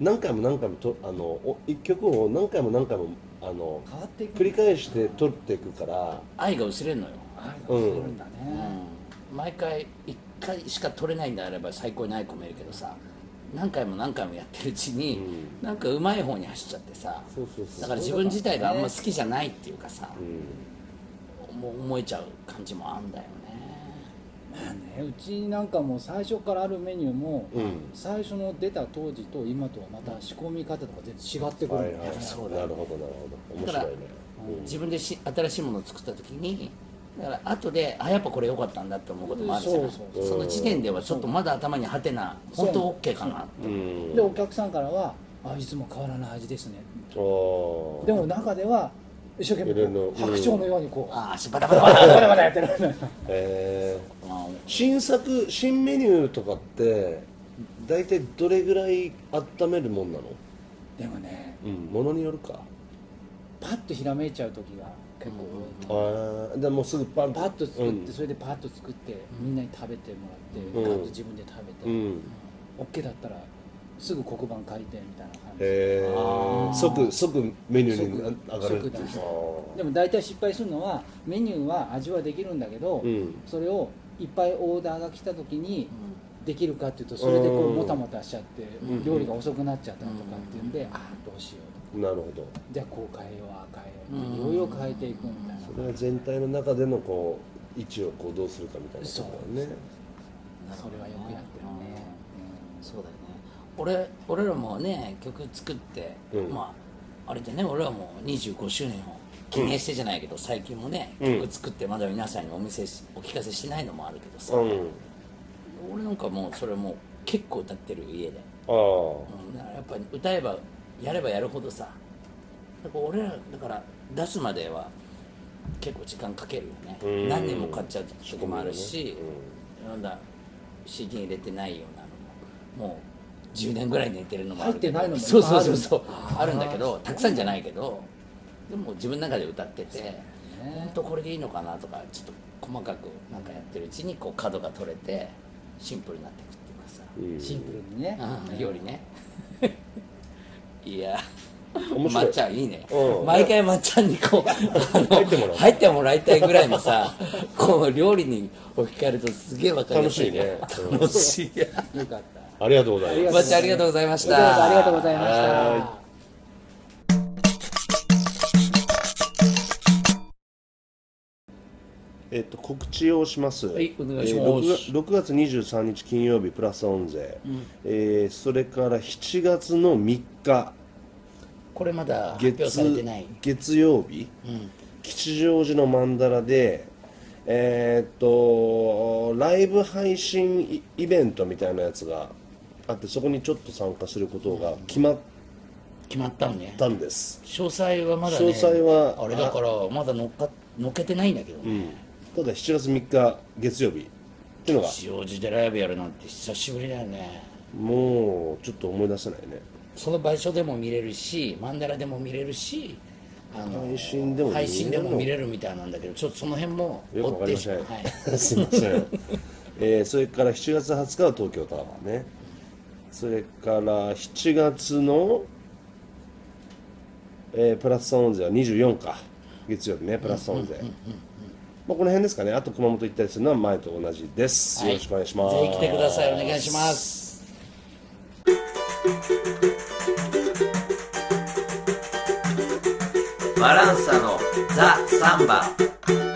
Speaker 2: 何回も何回もとあのお一曲を何回も何回もあの
Speaker 5: 変わっていく
Speaker 2: 繰り返して撮っていくから
Speaker 3: 愛が薄れるのよ、
Speaker 5: ああいうのが来るんだね、
Speaker 3: うん毎回1回しか取れないんであれば最高にない子もいるけどさ何回も何回もやってるうちに、
Speaker 2: う
Speaker 3: なんかうまい方に走っちゃってさ
Speaker 2: そうそうそう
Speaker 3: だから自分自体があんま好きじゃないっていうかさ
Speaker 2: う、ん
Speaker 3: もう思えちゃう感じもあんだよね
Speaker 5: まあねうちなんかもう最初からあるメニューも、
Speaker 2: うん
Speaker 5: 最初の出た当時と今とはまた仕込み方とか全然違ってくる
Speaker 2: は
Speaker 5: んだ
Speaker 2: い
Speaker 5: よね、
Speaker 2: はい
Speaker 3: そうだ
Speaker 2: な
Speaker 3: よ
Speaker 2: るほどなるほど面
Speaker 3: だから
Speaker 2: 白いね
Speaker 3: 自分でし新しいものを作った時にだから後であやっぱこれ良かったんだって思うこともあるじゃない
Speaker 5: そう
Speaker 2: そうそう
Speaker 3: の時点ではちょっとまだ頭にハテナ
Speaker 5: そう
Speaker 3: 本当 OK かな
Speaker 2: うん
Speaker 5: でお客さんからは「あいつも変わらない味ですね」
Speaker 2: おー
Speaker 5: でも中では一生懸
Speaker 2: いろいろ
Speaker 5: 命白鳥のようにこう
Speaker 3: ああ足バタバタバタ
Speaker 5: バタバタやってる
Speaker 2: えー
Speaker 3: うん
Speaker 2: 新作新メニューとかって大体どれぐらい温めるもんなの
Speaker 5: でもね
Speaker 2: うんものによるか
Speaker 5: パッとひらめいちゃう時が結構多い
Speaker 2: あーでもうすぐパン
Speaker 5: パッと作って、
Speaker 2: うん
Speaker 5: それでパッと作ってみんなに食べても
Speaker 2: うん
Speaker 5: らって、パッと自分で食
Speaker 2: う
Speaker 5: べて、
Speaker 2: ん、
Speaker 5: オッ OK だったらすぐ黒板書いてみたいな感じ
Speaker 2: えー、即即メニューに
Speaker 5: 即
Speaker 2: 上がるっていう
Speaker 5: 即でも大体失敗するのはメニューは味はできるんだけど、
Speaker 2: うん
Speaker 5: それをいっぱいオーダーが来た時にできるかっていうとそれでこ
Speaker 2: うん
Speaker 5: うもたもたしちゃって料理が遅くなっちゃったとかっていうんでああどうしよう
Speaker 2: なるほど
Speaker 5: じゃあこう変えようああ変えよういろいろ変えていくみたいな
Speaker 2: それは全体の中でのこう位置をこうどうするかみたいなことだよね
Speaker 5: それはよくやってるね
Speaker 3: そうだよね俺俺らもね曲作って、
Speaker 2: うん
Speaker 3: まああれでね俺らも25周年を記念してじゃないけど、最近もね
Speaker 2: うん
Speaker 3: 曲作ってまだ皆さんにお見せしお聞かせしてないのもあるけどさ、
Speaker 2: うん
Speaker 3: 俺なんかもうそれもう結構歌ってる家で、
Speaker 2: ああ
Speaker 3: うん、だからやっぱり歌えばやればやるほどさだから俺らだから出すまでは結構時間かけるよね、
Speaker 2: うん
Speaker 3: 何年も買っちゃう時もあるし、なんだ CD に入れてないようなのももう10年ぐらい寝てるのもあるけど
Speaker 5: 入ってないのもいっぱい
Speaker 3: そうそうそう
Speaker 5: ある
Speaker 3: そうあるんだけどたくさんじゃないけどでも自分の中で歌ってて、本当これでいいのかなとかちょっと細かくなんかやってるうちにこう角が取れてシンプルになっていくっていうかさ、
Speaker 2: うん
Speaker 5: シンプルにね
Speaker 3: うんよりねいや
Speaker 2: 面白い
Speaker 3: まっちゃんいいね、
Speaker 2: うん
Speaker 3: 毎回まっちゃんにこうあの
Speaker 2: 入ってもらう
Speaker 3: 入ってもらいたいぐらいのさこう料理に置き換えるとすげえわかりや
Speaker 2: 楽
Speaker 3: す
Speaker 2: し
Speaker 3: い
Speaker 2: いねうん
Speaker 3: 楽しいや
Speaker 5: よかった
Speaker 2: ありがとうございます
Speaker 3: まっちゃんありがとうございました
Speaker 5: ありがとうございました
Speaker 2: えっと、告知をします。
Speaker 3: はいお願いし
Speaker 2: え
Speaker 3: ま
Speaker 2: ー6月
Speaker 3: す
Speaker 2: 6月23日金曜日プラスオンゼ、えーそれから7月の3日
Speaker 3: これまだ発表されて
Speaker 2: 月
Speaker 3: ない
Speaker 2: 月曜日、吉祥寺の曼荼羅でえーっとライブ配信イイベントみたいなやつがあってそこにちょっと参加することが決まっ
Speaker 3: 決まったんね
Speaker 2: たんです
Speaker 3: 詳細はまだね
Speaker 2: 詳細は
Speaker 3: あれだからまだ乗っか乗っけてないんだけどね、
Speaker 2: ただ7月3日月曜日っていうのが
Speaker 3: 吉祥寺でライブやるなんて久しぶりだよね
Speaker 2: もうちょっと思い出せないね
Speaker 3: その場所でも見れるしマンダラでも見れるしあの
Speaker 2: 配信でも見れるの
Speaker 3: 配信でも見れるみたいなんだけどちょっとその辺も
Speaker 2: よくわかりません、
Speaker 3: 追っては い
Speaker 2: すいません、えーそれから7月20日は東京タワーねそれから7月の、えープラス3オンゼは24か月曜日ねプラス3オンゼまあこの辺ですかねあと熊本行ったりするのは前と同じです、
Speaker 3: はい
Speaker 2: よろしくお願いします
Speaker 3: ぜひ来てくださいお願いします
Speaker 1: バランサのザ・サンバ